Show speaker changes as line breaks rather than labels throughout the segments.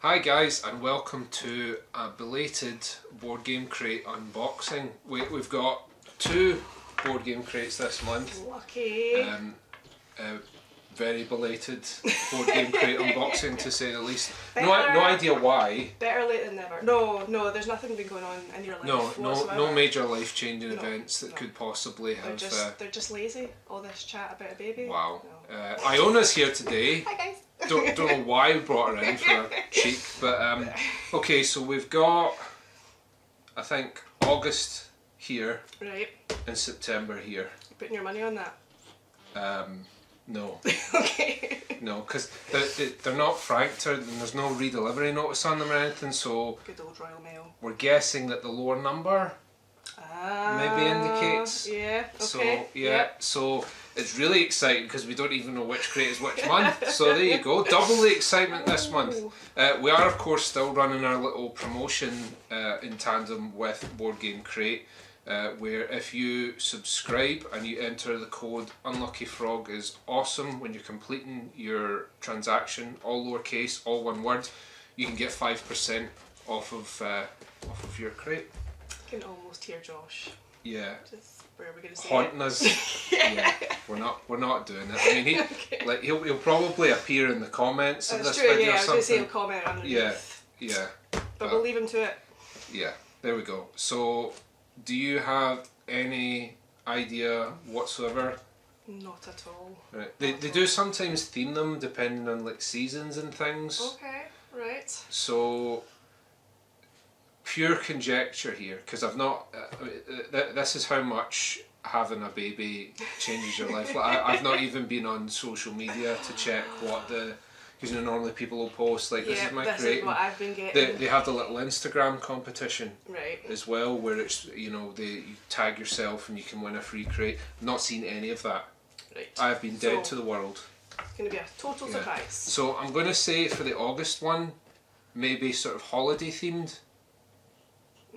Hi guys and welcome to a belated board game crate unboxing. We, we've got two board game crates this month.
Lucky.
Um, a very belated board game crate unboxing to say the least. No, I- no idea why.
Better late than never. No, no, there's nothing been going on in your life.
No, no,
whatsoever.
no major life changing
No,
events that
no.
could possibly
They're
have.
just
Uh,
they're just lazy. All this chat about a baby.
wow.
No.
Uh, Iona's here today.
Hi guys.
don't don't know why we brought her in for a cheek, but um, okay. So we've got, I think August here
Right,
and September here.
you're putting your money on that.
Um, no,
okay.
no, because they're, they- they're not franked and there's no redelivery notice on them or anything. So
Good old Royal Mail.
we're guessing that the lower number.
Ah.
Maybe indicates.
Yeah. Okay.
So yeah, so it's really exciting because we don't even know which crate is which month. So there you go, double the excitement this month.
Ooh.
Uh, we are of course still running our little promotion uh, in tandem with Board Game Crate, uh, where if you subscribe and you enter the code Unlucky Frog is awesome when you're completing your transaction, all lowercase, all one word, you can get five percent off of uh, off of your crate.
I can almost hear Josh.
Yeah,
Just where are we gonna say
haunting us. yeah, we're not we're not doing it. I mean, he like he'll, he'll probably appear in the comments
it?
of this
That's true.
video
Yeah, I
or
was gonna say a
something.
comment underneath.
Yeah, yeah,
But we'll leave him to it.
yeah. There we go. So, do you have any idea whatsoever?
Not at all.
Right. They, they do sometimes theme them depending on like seasons and things.
Okay. Right.
So pure conjecture here because I've not. Uh, I mean, th- th- this is how much having a baby changes your life. Like, I, I've not even been on social media to check what the because you know normally people will post like this
yeah.
is my
this
crate.
is what I've been
They,
getting.
they have the little Instagram competition
right.
as well where it's you know they you tag yourself and you can win a free crate. Not seen any of that.
Right.
I have been dead
So-
to the world.
It's gonna be a total
Yeah.
surprise.
So I'm going to say for the August one, maybe sort of holiday themed.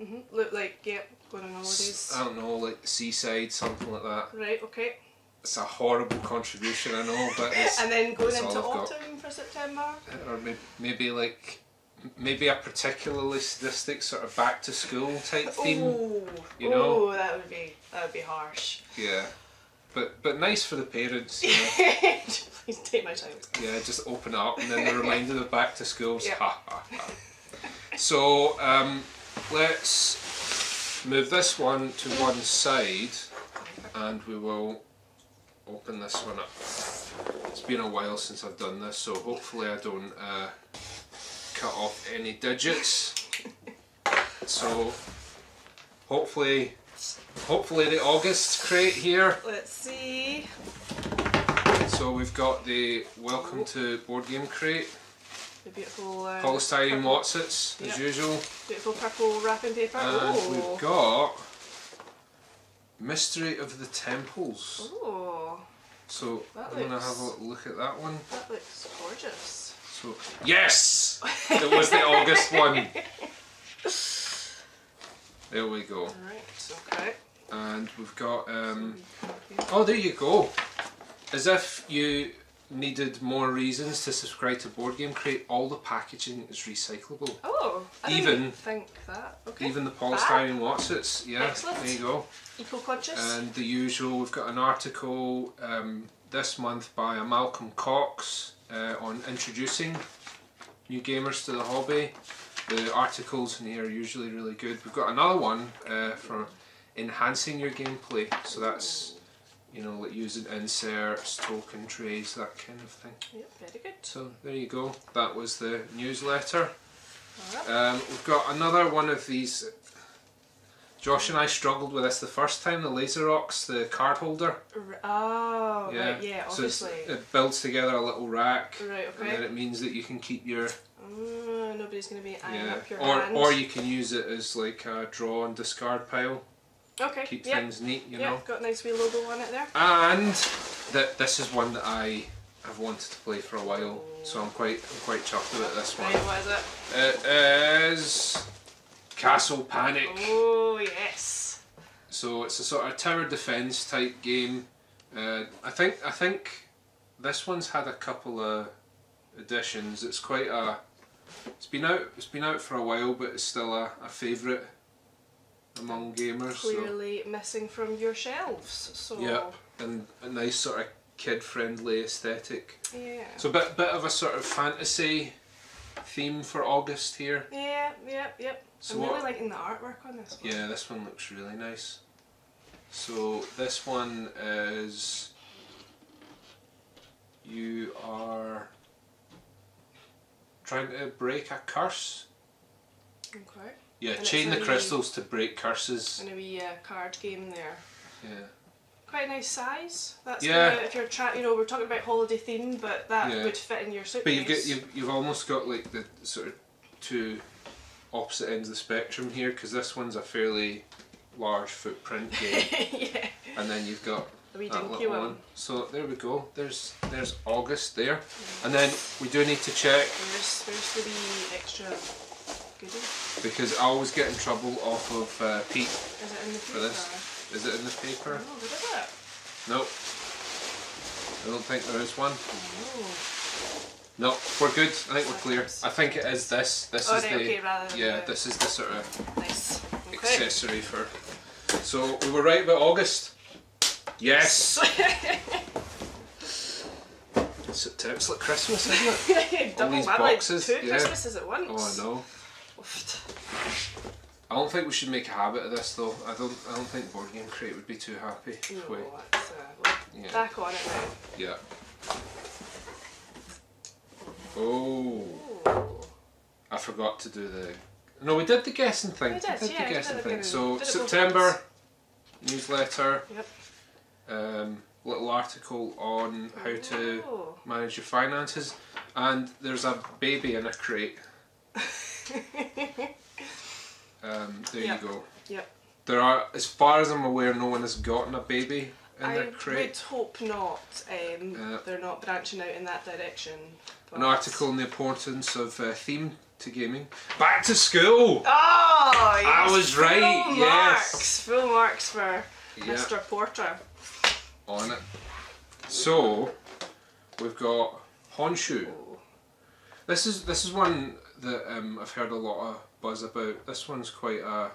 Mm-hmm. Look like yep, going on holidays.
S- um, I don't know, like seaside, something like that.
right, okay.
It's a horrible contribution, I know, but it's
And then going
that's
into
all I've got.
autumn for September.
or maybe, maybe like maybe a particularly sadistic sort of back to school type theme.
Ooh,
you know?
ooh, that would be that would be harsh.
Yeah, but but nice for the parents. You know?
Please take my child.
yeah, just open it up and then the reminder of back to schools.
Yeah.
Ha, ha, ha. So um, let's move this one to one side and we will open this one up. It's been a while since I've done this, so hopefully I don't uh, cut off any digits. So hopefully, hopefully the August crate here.
Let's see.
So we've got the Welcome to Board Game Crate.
The beautiful uh,
polystyrene
purple,
watsits as
Yep.
usual
beautiful purple wrapping paper.
and
oh.
we've got mystery of the temples
oh,
so
That
i'm gonna have a
looks-
little look at that one
that looks gorgeous.
so yes it was the august one there we go
Alright, okay.
and we've got um
okay.
oh there you go as if you needed more reasons to subscribe to board game crate all the packaging is recyclable
Oh, I
Even-
didn't think that. Okay.
even the polystyrene watsits yeah
Excellent.
there you go
Eco conscious.
And the usual, we've got an article um, this month by a Malcolm Cox uh, on introducing new gamers to the hobby. The articles in here are usually really good. We've got another one uh, for enhancing your gameplay. So that's you know like using inserts, token trays, that kind of thing.
yep, very good.
So there you go. That was the newsletter.
Alright.
Um, we've got another one of these. Josh and I struggled with this the first time. The Laserox, the card holder.
R- oh, yeah. right, yeah,
So it's-
obviously.
it builds together a little rack,
Right,
and then
okay.
it means that you can keep your
Mm, nobody's going to be eyeing
yeah,
up your
or
hand.
or you can use it as like a draw and discard pile.
okay,
Keep
yep,
things neat, you
yep,
know.
got a nice wee logo on it there.
And th- this is one that I have wanted to play for a while, so I'm quite I'm quite chuffed about this one.
Right, what is it?
It is Castle Panic.
Oh, yes.
So it's a sort of tower defense type game. Uh, I think I think this one's had a couple of editions. It's quite a. It's been out. It's been out for a while, but it's still a, a favorite among gamers. So.
Clearly missing from your shelves, so.
Yep, and a nice sort of kid-friendly aesthetic.
Yeah.
So a bit bit of a sort of fantasy theme for August here.
Yeah, yep, yep.
So
I'm
what-
really liking the artwork on this one.
Yeah, this one looks really nice. So this one is you are trying to break a curse.
Okay.
Yeah,
And it's
chain the
really-
crystals to break curses.
And a wee uh, card game there.
Yeah.
Quite a nice size. That's
Yeah.
gonna, if you're trying, you know, we're talking about holiday theme, but that
Yeah.
would fit in your suitcase.
But you've got you've, you've almost got like the sort of two opposite ends of the spectrum here because this one's a fairly large footprint game,
yeah.
and then you've got
A wee
that
dinky
little
one.
one. So there we go. There's there's August there, and then we do need to check
Where's, where's the wee extra goodie?
because I always get in trouble off of uh, Pete.
Is it in the
For
paper?
this? Is it in the
Oh,
paper?
what is it?
Nope. I don't think there is one.
Oh.
No, we're good. I think we're clear. I think it is this. This
Oh,
is
right,
the
okay, rather than
yeah.
the-
This is the sort of
Nice. Okay.
accessory for. So we were right about August. Yes. September. It's like Christmas, isn't it?
Double
these
bad,
boxes,
like two
yeah.
Christmases at once.
Oh no.
Oof.
I don't think we should make a habit of this though. I don't. I don't think Board Game Crate would be too happy.
No,
if we-
that's, uh, we're
Yeah.
Back on it now.
Yeah. Oh,
Ooh.
I forgot to do the. No, we did the guessing thing.
We did,
the
yeah, we did
guessing
the
thing.
guessing.
So
Did it both
September newsletter,
Yep.
um, little article on how to
Ooh.
manage your finances, and there's a baby in a crate. Um, there
Yeah.
you go.
yep.
There are, as far as I'm aware, no one has gotten a baby in
I
their
would
crate.
hope not. Um,
Yeah.
They're not branching out in that direction.
An
but-
article on the importance of uh, theme to gaming. Back to school.
Oh,
I
yes.
was right,
Full
yes.
marks. Full marks for
Yeah.
Mr. Porter.
on it. So we've got Honshu.
Oh,
This is this is one that um, I've heard a lot of buzz about. This one's quite a,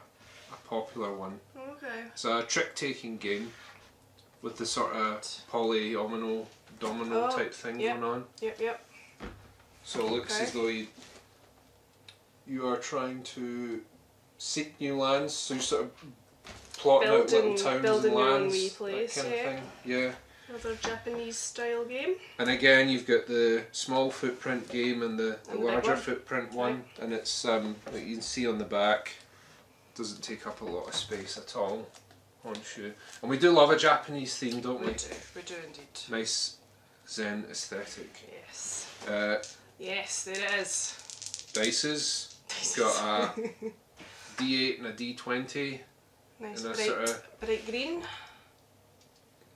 a popular one.
Okay.
It's a trick taking game with the sort of polyomino domino
Oh,
type thing
yeah.
going on.
Yep, yep.
So it looks
Okay.
as though you you are trying to seek new lands, so you're sort of plotting
Building-
out little towns
building
and
your own
lands,
wee
that
place,
kind
yeah.
of thing. Yeah.
Another Japanese style game.
And again, you've got the small footprint game and the, the
And the big
larger
one.
footprint one, and it's um, like you can see on the back, doesn't take up a lot of space at all. Honshu, and we do love a Japanese theme, don't
We
we?
do. We do indeed.
Nice Zen aesthetic.
Yes.
Uh,
Yes, there it is.
dices, you've got uh, a D8 and a D20, and
nice
a
bright,
sort of
bright green.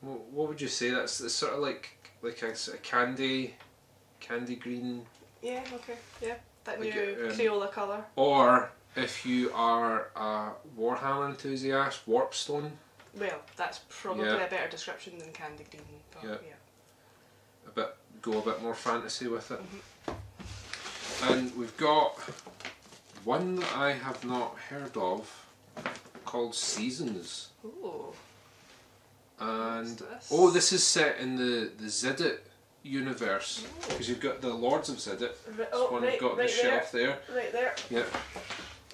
wh- what would you say? That's it's sort of like like a sort of candy, candy green
Yeah, okay. Yeah. That
Like,
new
um,
Crayola colour.
Or if you are a Warhammer enthusiast, Warpstone,
Well, that's probably
Yeah.
a better description than candy green. But
Yeah.
yeah.
a bit go a bit more fantasy with it.
Mm-hmm.
And we've got one that I have not heard of called Seasons.
Ooh.
And
What's this?
oh, this is set in the the Zidit universe because you've got the Lords of Zidit.
Ri-
It's
oh,
one
right,
I've got on the
right there.
shelf there.
Right there.
Yeah.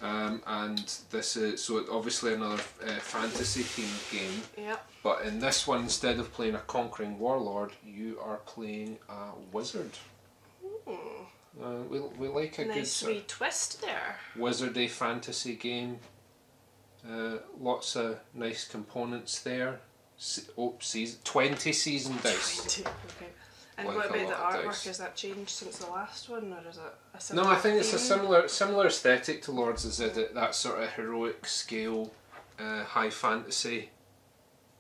Um, and this is so obviously another uh, fantasy themed game.
Yep.
But in this one, instead of playing a conquering warlord, you are playing a wizard.
Hmm.
Uh, we, we like a good
Nice
sort
wee twist there.
of wizardy fantasy game. Uh, lots of nice components there. Se- oh, season, 20 season dice.
Okay. And
Like
what
a
about the
lot of
artwork?
dice.
Has that changed since the last one, or is it a
No,
similar
I think it's a
theme?
similar similar aesthetic to Lords of Zidit, that sort of heroic scale, uh, high fantasy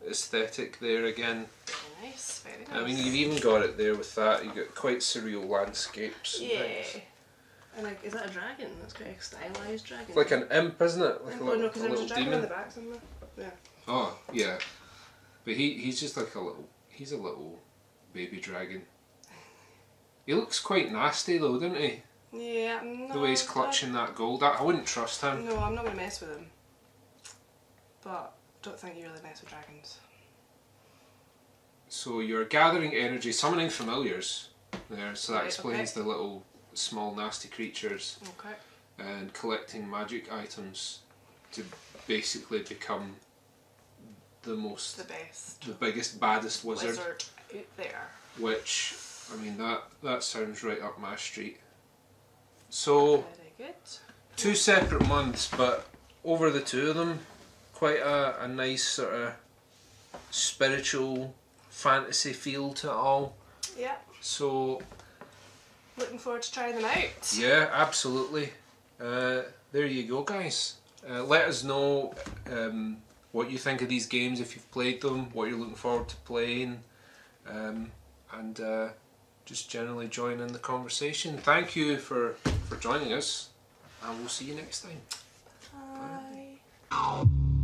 aesthetic there again.
nice, very nice.
I mean, you've even got it there with that. You've got quite surreal landscapes. and
yeah.
things.
And like, is that a dragon? That's quite a stylized dragon.
Like an imp, isn't it? Like a
oh no,
little, a
because there was a
little
dragon in the
demon.
back somewhere. Yeah.
Oh, yeah. But he, he's just like a little, he's a little baby dragon. He looks quite nasty though, doesn't he?
Yeah. I'm
the way he's
not-
clutching that gold. I, I wouldn't trust him.
No, I'm not gonna mess with him. But don't think you really mess with dragons.
So you're gathering energy, summoning familiars there, so that
Right,
explains the little small nasty creatures,
Okay.
and collecting magic items to basically become the most,
The best
the biggest, baddest wizard.
wizard out there.
Which, I mean, that that sounds right up my street. So
Very good.
two separate months, but over the two of them, quite a, a nice sort of spiritual fantasy feel to it all.
Yeah.
So
Looking forward to trying them out.
yeah, absolutely. Uh, there you go, guys. Uh, let us know um, what you think of these games if you've played them, what you're looking forward to playing, um, and uh, just generally join in the conversation. Thank you for for joining us, and we'll see you next time.
Bye.